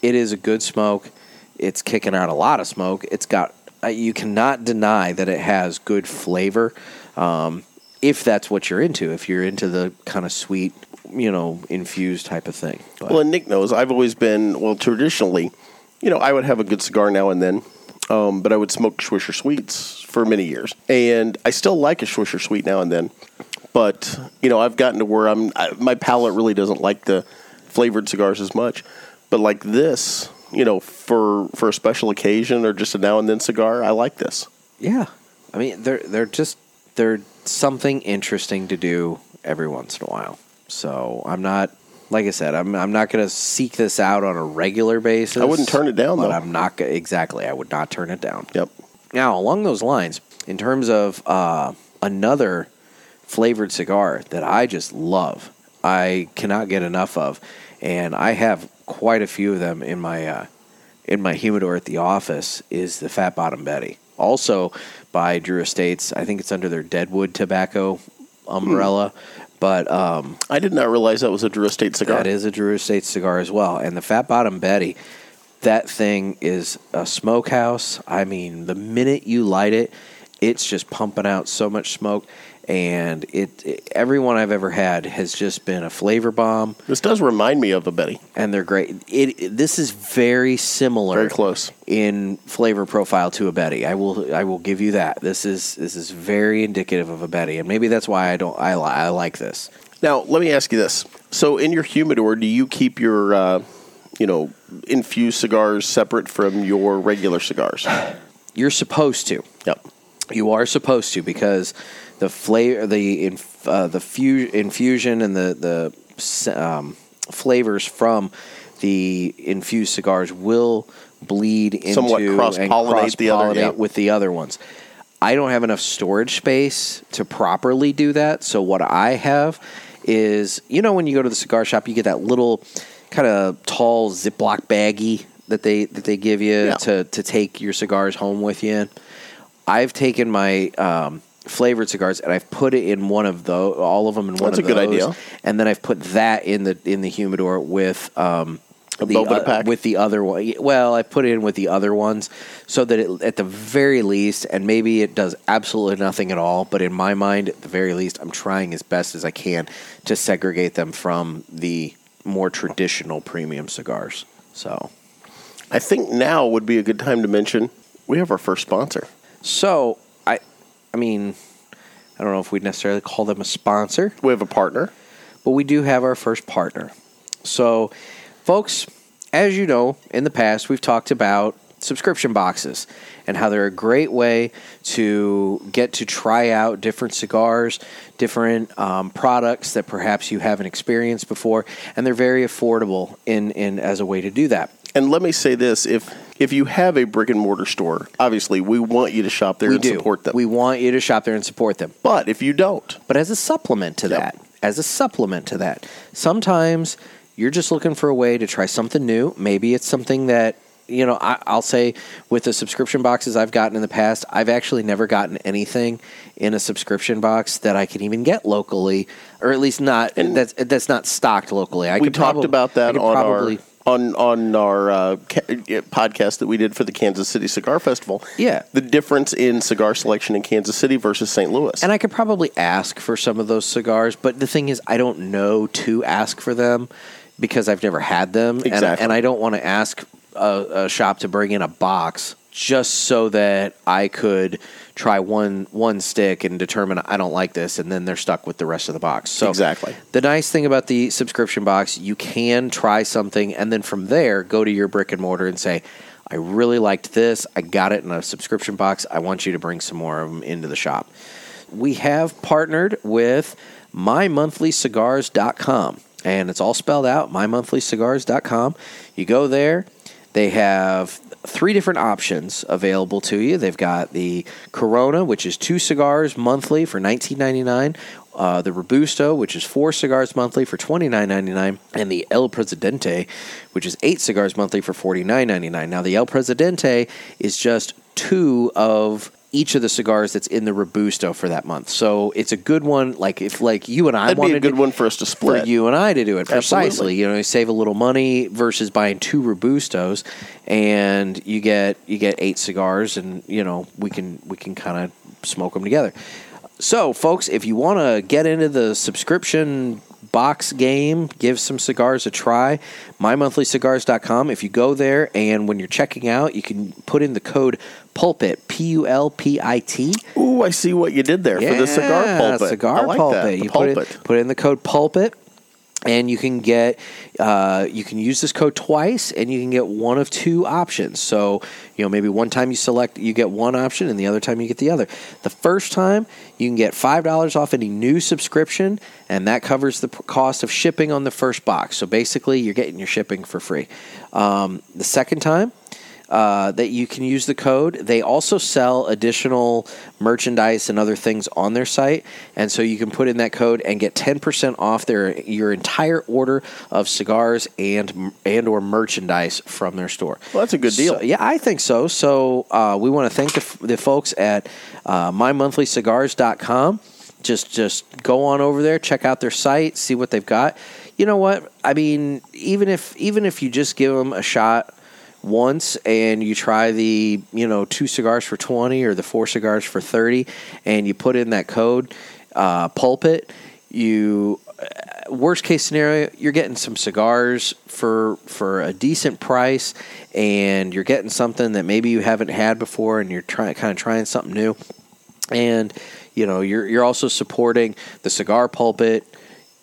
it is a good smoke. It's kicking out a lot of smoke. It's got uh, you cannot deny that it has good flavor. Um, if that's what you're into, if you're into the kind of sweet, you know, infused type of thing. But
Well, and Nick knows I've always been well. Traditionally, you know, I would have a good cigar now and then, um, but I would smoke Swisher Sweets for many years, and I still like a Swisher Sweet now and then. But you know, I've gotten to where I'm I, my palate really doesn't like the flavored cigars as much. But like this, you know, for for a special occasion or just a now and then cigar, I like this.
yeah, I mean, they're they're just they're something interesting to do every once in a while. So I'm not, like I said, I'm I'm not going to seek this out on a regular basis.
I wouldn't turn it down,
but
though.
I'm not go- exactly. I would not turn it down.
Yep.
Now, along those lines, in terms of uh, another flavored cigar that I just love, I cannot get enough of, and I have quite a few of them in my uh, in my humidor at the office. Is the Fat Bottom Betty also by Drew Estates? I think it's under their Deadwood Tobacco umbrella, but um,
I did not realize that was a Drew Estate cigar.
that is a Drew Estate cigar as well. And the Fat Bottom Betty, that thing is a smokehouse. I mean, the minute you light it, it's just pumping out so much smoke. And it, it everyone I've ever had has just been a flavor bomb,
This does remind me of a Betty.
and they're great. It, it- this is very similar,
Very close.
in flavor profile to a Betty. I will I will give you that. This is this is very indicative of a Betty, and maybe that's why I don't I, li- I like this.
Now, let me ask you this. So, in your humidor, do you keep your, uh, you know, infused cigars separate from your regular
*sighs*
cigars?
You're supposed to.
yep.
You are supposed to because the flavor, the inf- uh, the fu- infusion, and the the s- um, flavors from the infused cigars will bleed into
Somewhat
and
cross-pollinate the other-
cross-pollinate
yeah.
with the other ones. I don't have enough storage space to properly do that. So what I have is, you know, when you go to the cigar shop, you get that little kind of tall Ziploc baggie that they that they give you
Yeah.
to to take your cigars home with you. in. I've taken my um, flavored cigars and I've put it in one of those, all of them in one
That's
of
a good
those,
idea.
and then I've put that in the in the humidor with um,
A
the
bulb in a
oth-
pack?
with the other one. Well, I put it in with the other ones so that it, at the very least, and maybe it does absolutely nothing at all, but in my mind, at the very least, I'm trying as best as I can to segregate them from the more traditional premium cigars. So.
I think now would be a good time to mention we have our first sponsor.
So I, I mean, I don't know if we'd necessarily call them a sponsor,
We have a partner.
but we do have our first partner. So, folks, as you know, in the past we've talked about subscription boxes and how they're a great way to get to try out different cigars, different um, products that perhaps you haven't experienced before, and they're very affordable in, in as a way to do that.
And let me say this if if you have a brick and mortar store, obviously we want you to shop there
we
and
do
support them.
We want you to shop there and support them.
but if you don't,
but as a supplement to
Yep.
that, as a supplement to that, sometimes you're just looking for a way to try something new. Maybe it's something that you know. I, I'll say with the subscription boxes I've gotten in the past, I've actually never gotten anything in a subscription box that I can even get locally, or at least not
And-
that's that's not stocked locally. I
we
could
talked
probab-
about
I
that
could
on
probably,
our. On, on our uh, ca- uh, podcast that we did for the Kansas City Cigar Festival,
Yeah.
the difference in cigar selection in Kansas City versus St. Louis,
And I could probably ask for some of those cigars, but the thing is, I don't know to ask for them because I've never had them, and- and,
Exactly.
I don't want to ask a, a shop to bring in a box just so that I could try one one stick and determine I don't like this, and then they're stuck with the rest of the box. So
Exactly.
the nice thing about the subscription box, you can try something and then from there go to your brick and mortar and say, I really liked this. I got it in a subscription box. I want you to bring some more of them into the shop. We have partnered with mymonthlycigars.com and it's all spelled out mymonthlycigars.com. You go there, they have three different options available to you. They've got the Corona, which is two cigars monthly for $19.99, uh, the Robusto, which is four cigars monthly for $29.99, and the El Presidente, which is eight cigars monthly for $49.99. Now, the El Presidente is just two of each of the cigars that's in the Robusto for that month. So it's a good one. Like if like you and I
That'd be
wanted
a good
to,
one for us to split.
for you and I to do it precisely.
Absolutely.
You know, you save a little money versus buying two robustos, and you get you get eight cigars, and you know we can we can kind of smoke them together. So, folks, if you want to get into the subscription box game, give some cigars a try. MyMonthlyCigars.com. If you go there and when you're checking out, you can put in the code PULPIT, P U L P I T.
Ooh, I see what you did there for the cigar
Yeah,
pulpit.
Cigar
I like
pulpit.
That. The
You
pulpit.
Put, in, put in the code pulpit, and you can get uh, you can use this code twice, and you can get one of two options. So you know maybe one time you select you get one option, and the other time you get the other. The first time you can get five dollars off any new subscription, and that covers the p- cost of shipping on the first box. So basically, you're getting your shipping for free. Um, the second time uh, that you can use the code. They also sell additional merchandise and other things on their site, and so you can put in that code and get ten percent off their your entire order of cigars and and or merchandise from their store.
Well, that's a good deal.
So- yeah, I think so. So uh, we want to thank the, f- the folks at uh, mymonthlycigars.com. Just just go on over there, check out their site, see what they've got. You know what? I mean, even if even if you just give them a shot once and you try the you know two cigars for 20 or the four cigars for 30 and you put in that code uh, pulpit you uh, worst case scenario, you're getting some cigars for for a decent price, and you're getting something that maybe you haven't had before, and you're trying kind of trying something new, and you know you're you're also supporting the cigar pulpit.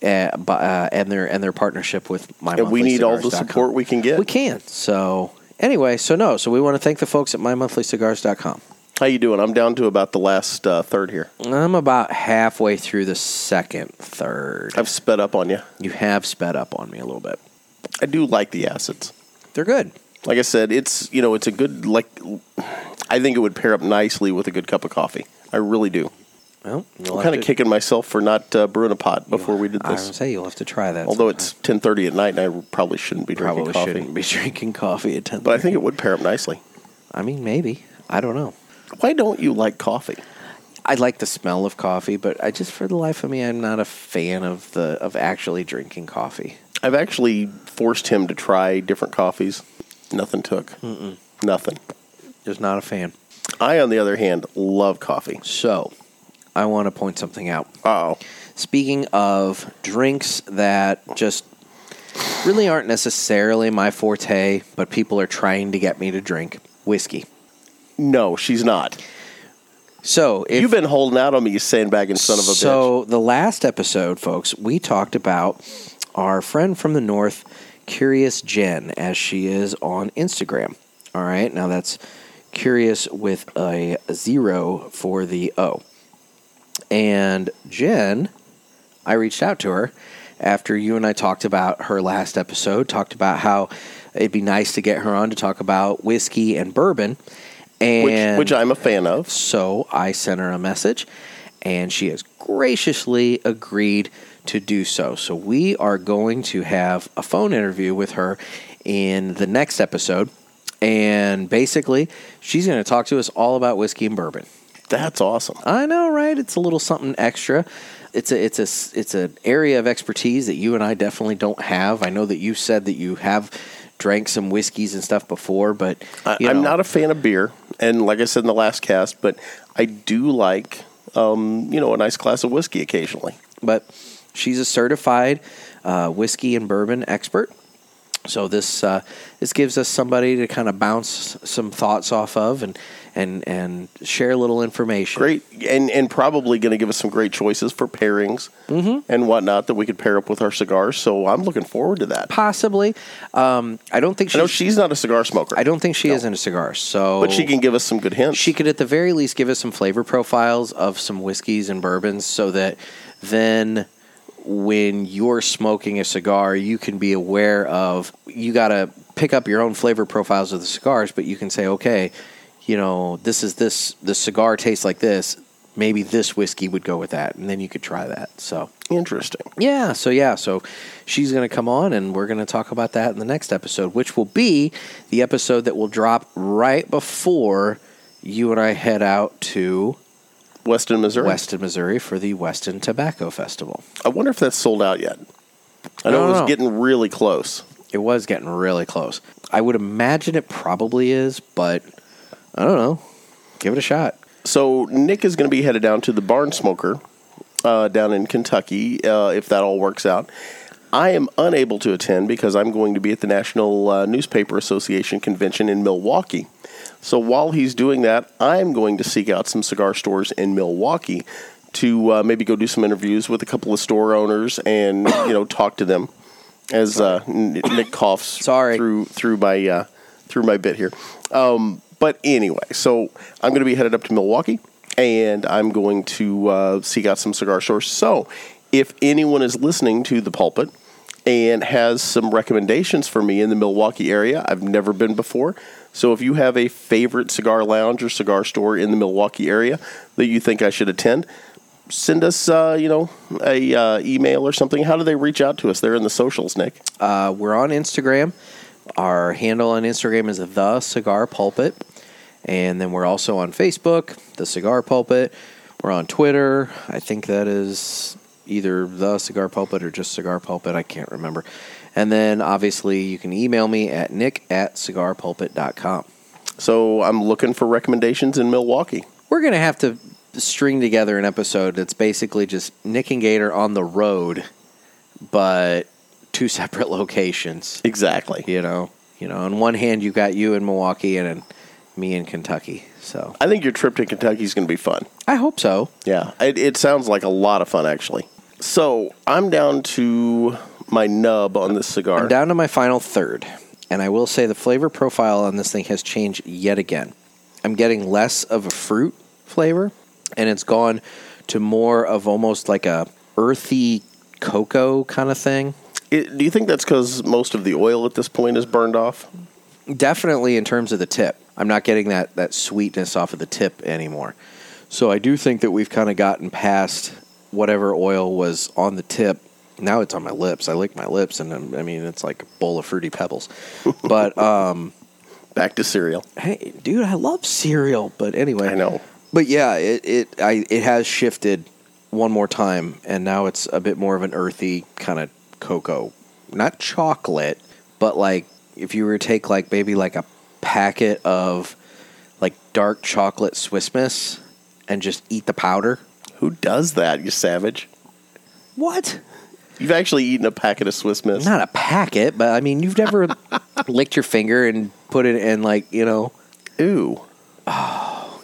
Uh, bu- uh, and their and their partnership with my
And we need all the support we can get.
we can so anyway so no so we want to thank the folks at mymonthlycigars.com
How you doing? I'm down to about the last uh, third here.
i'm about halfway through the second third
I've sped up on you.
you have sped up on me a little bit
I do like the acids.
they're good
Like I said, it's you know it's a good like. I think it would pair up nicely with a good cup of coffee. I really do.
Well, you'll
I'm
have
kind of
to-
kicking myself for not uh, brewing a pot before we did
I was gonna
this.
say you'll have to try that.
Although
sometime.
it's 10:30 at night, and I probably shouldn't be drinking
probably
coffee.
shouldn't be drinking coffee at ten.
But I think it would pair up nicely.
I mean, maybe I don't know.
Why don't you like coffee?
I like the smell of coffee, but I just for the life of me, I'm not a fan of the of actually drinking coffee.
I've actually forced him to try different coffees. Nothing took. Mm-mm. Nothing.
Just not a fan.
I, on the other hand, love coffee.
So, I want to point something out.
Oh,
Speaking of drinks that just really aren't necessarily my forte, but people are trying to get me to drink whiskey.
no, she's not.
So, if
You've been holding out on me, you sandbagging son of a bitch.
So the last episode, folks, we talked about our friend from the north, Curious Jen, as she is on Instagram. All right, now that's curious with a zero for the O. And Jen, I reached out to her after you and I talked about her last episode, talked about how it'd be nice to get her on to talk about whiskey and bourbon. And
Which, which I'm a fan of.
so I sent her a message, and she has graciously agreed to do so. So we are going to have a phone interview with her in the next episode. And basically, she's going to talk to us all about whiskey and bourbon.
That's awesome.
I know, right? It's a little something extra. It's a it's a s- it's an area of expertise that you and I definitely don't have. I know that you said that you have drank some whiskeys and stuff before, but
I,
you
I'm
know.
not a fan of beer, and like I said in the last cast, but I do like um, you know a nice glass of whiskey occasionally.
but she's a certified uh, whiskey and bourbon expert. So this uh, this gives us somebody to kind of bounce some thoughts off of and and and share a little information.
Great, and and probably going to give us some great choices for pairings
Mm-hmm.
and whatnot that we could pair up with our cigars. So I'm looking forward to that.
possibly. Um, I don't think
I know
she's.
she's not a cigar smoker.
I don't think she
No.
is into cigars. So,
but she can give us some good hints.
She could, at the very least, give us some flavor profiles of some whiskeys and bourbons, so that then when you're smoking a cigar, you can be aware of. You got to pick up your own flavor profiles of the cigars, but you can say, okay, you know, this is this. The cigar tastes like this. Maybe this whiskey would go with that, and then you could try that. So.
Interesting.
Yeah, so yeah, so she's going to come on and we're going to talk about that in the next episode, which will be the episode that will drop right before you and I head out to
Weston, Missouri.
Weston, Missouri for the Weston Tobacco Festival.
I wonder if that's sold out yet. I
I
know
don't
it was
know.
getting really close.
It was getting really close. I would imagine it probably is, but I don't know. Give it a shot.
So Nick is going to be headed down to the Barn Smoker uh, down in Kentucky uh, if that all works out. I am unable to attend because I'm going to be at the National uh, Newspaper Association convention in Milwaukee. So while he's doing that, I'm going to seek out some cigar stores in Milwaukee to uh, maybe go do some interviews with a couple of store owners and *coughs* you know talk to them as uh, N- Nick coughs
Sorry.
through through my uh, through my bit here. Um, but anyway, so I'm going to be headed up to Milwaukee and I'm going to uh, seek out some cigar stores. So if anyone is listening to the pulpit and has some recommendations for me in the Milwaukee area. I've never been before. So if you have a favorite cigar lounge or cigar store in the Milwaukee area that you think I should attend, send us, uh, you know, a uh, email or something. How do they reach out to us? They're in the socials, Nick.
Uh, we're on Instagram. Our handle on Instagram is the Cigar Pulpit, and then we're also on Facebook, the Cigar Pulpit. We're on Twitter. I think that is either the Cigar Pulpit or just Cigar Pulpit. I can't remember. And then obviously you can email me at nick at cigarpulpit.com.
So I'm looking for recommendations in Milwaukee.
We're gonna have to string together an episode that's basically just Nick and Gator on the road, but two *laughs* separate locations.
Exactly.
you know you know on one hand you got you in milwaukee and then me in kentucky so
I think your trip to Kentucky is going to be fun.
i hope so
Yeah, it, it sounds like a lot of fun, actually. So I'm down to my nub on this cigar.
i'm down to my final third and i will say the flavor profile on this thing has changed yet again i'm getting less of a fruit flavor and it's gone to more of almost like a earthy cocoa kind of thing
It, do you think that's because most of the oil at this point is burned off?
definitely in terms of the tip. I'm not getting that that sweetness off of the tip anymore. So I do think that we've kind of gotten past whatever oil was on the tip. Now it's on my lips. I lick my lips, and I'm, I mean it's like a bowl of fruity pebbles. But um,
Back to cereal.
*laughs* hey, dude, I love cereal. But anyway,
I know.
But yeah, it it I it has shifted one more time, and now it's a bit more of an earthy kind of cocoa, not chocolate, but like if you were to take like maybe like a packet of like dark chocolate Swiss Miss and just eat the powder.
Who does that, you savage?
What?
You've actually eaten a packet of Swiss Miss.
Not a packet, but I mean you've never licked your finger and put it in like you know
Ooh.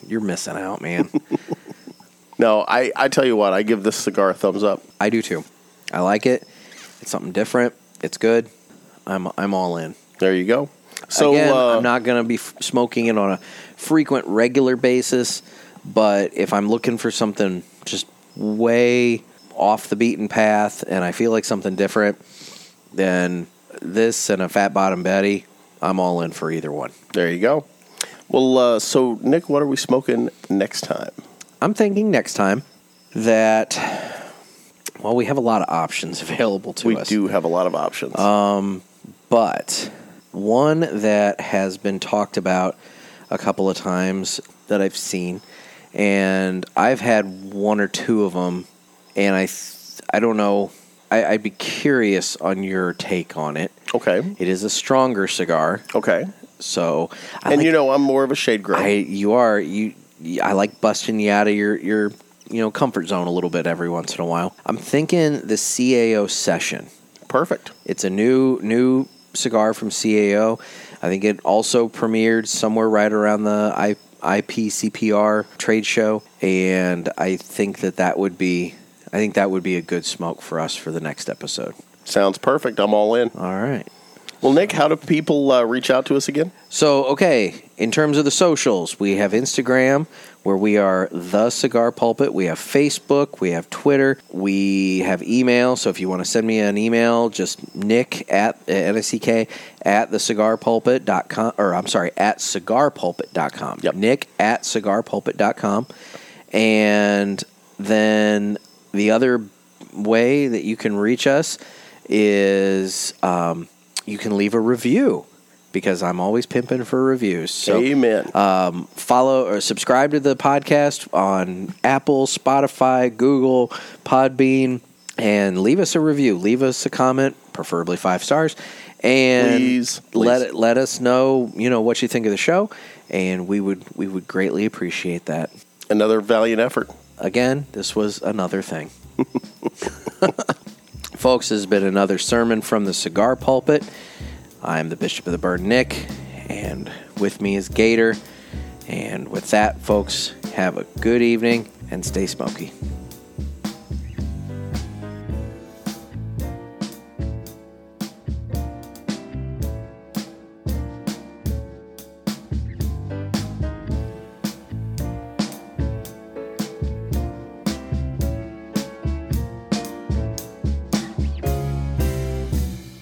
you're missing out, man.
No, I, I tell you what, I give this cigar a thumbs up.
I do too. I like it. It's something different. It's good. I'm I'm all in.
There you go. So
Again,
uh,
I'm not going to be f- smoking it on a frequent, regular basis. But if I'm looking for something just way off the beaten path, and I feel like something different, then this and a fat bottom Betty, I'm all in for either one.
there you go. Well, uh, so Nick, what are we smoking next time?
I'm thinking next time that well, we have a lot of options *laughs* available to
we
us. Uh,
do have a lot of options.
but one that has been talked about a couple of times that I've seen, and I've had one or two of them, and I, th- I don't know, I, I'd be curious on your take on it.
okay.
It is a stronger cigar,
Okay.
so I
and
like,
you know, I'm more of a shade
I
gray.
you are you, you- I like busting you out of your your you know comfort zone a little bit every once in a while. I'm thinking the CAO session.
Perfect.
It's a new new cigar from CAO. I think it also premiered somewhere right around the I, IPCPR trade show, and I think that that would be I think that would be a good smoke for us for the next episode.
Sounds perfect. I'm all in.
All right.
Well, Nick, how do people uh, reach out to us again?
So okay, in terms of the socials, we have Instagram where we are the Cigar Pulpit. We have Facebook. We have Twitter. We have email. So if you want to send me an email, just nick at uh, n-i-c-k at the cigar com or I'm sorry at cigarpulpit.com.
Yep.
Nick at cigarpulpit.com, and then the other way that you can reach us is um, you can leave a review because I'm always pimping for reviews. So
Amen.
um, follow or subscribe to the podcast on Apple, Spotify, Google, Podbean, and leave us a review. Leave us a comment, preferably five stars, and
Please,
let
please.
let us know you know what you think of the show, and we would we would greatly appreciate that.
Another valiant effort.
Again, this was another thing. *laughs* Folks, this has been another sermon from the cigar pulpit. I'm the Bishop of the Burn, Nick, and with me is Gator. And with that, folks, have a good evening and stay smoky.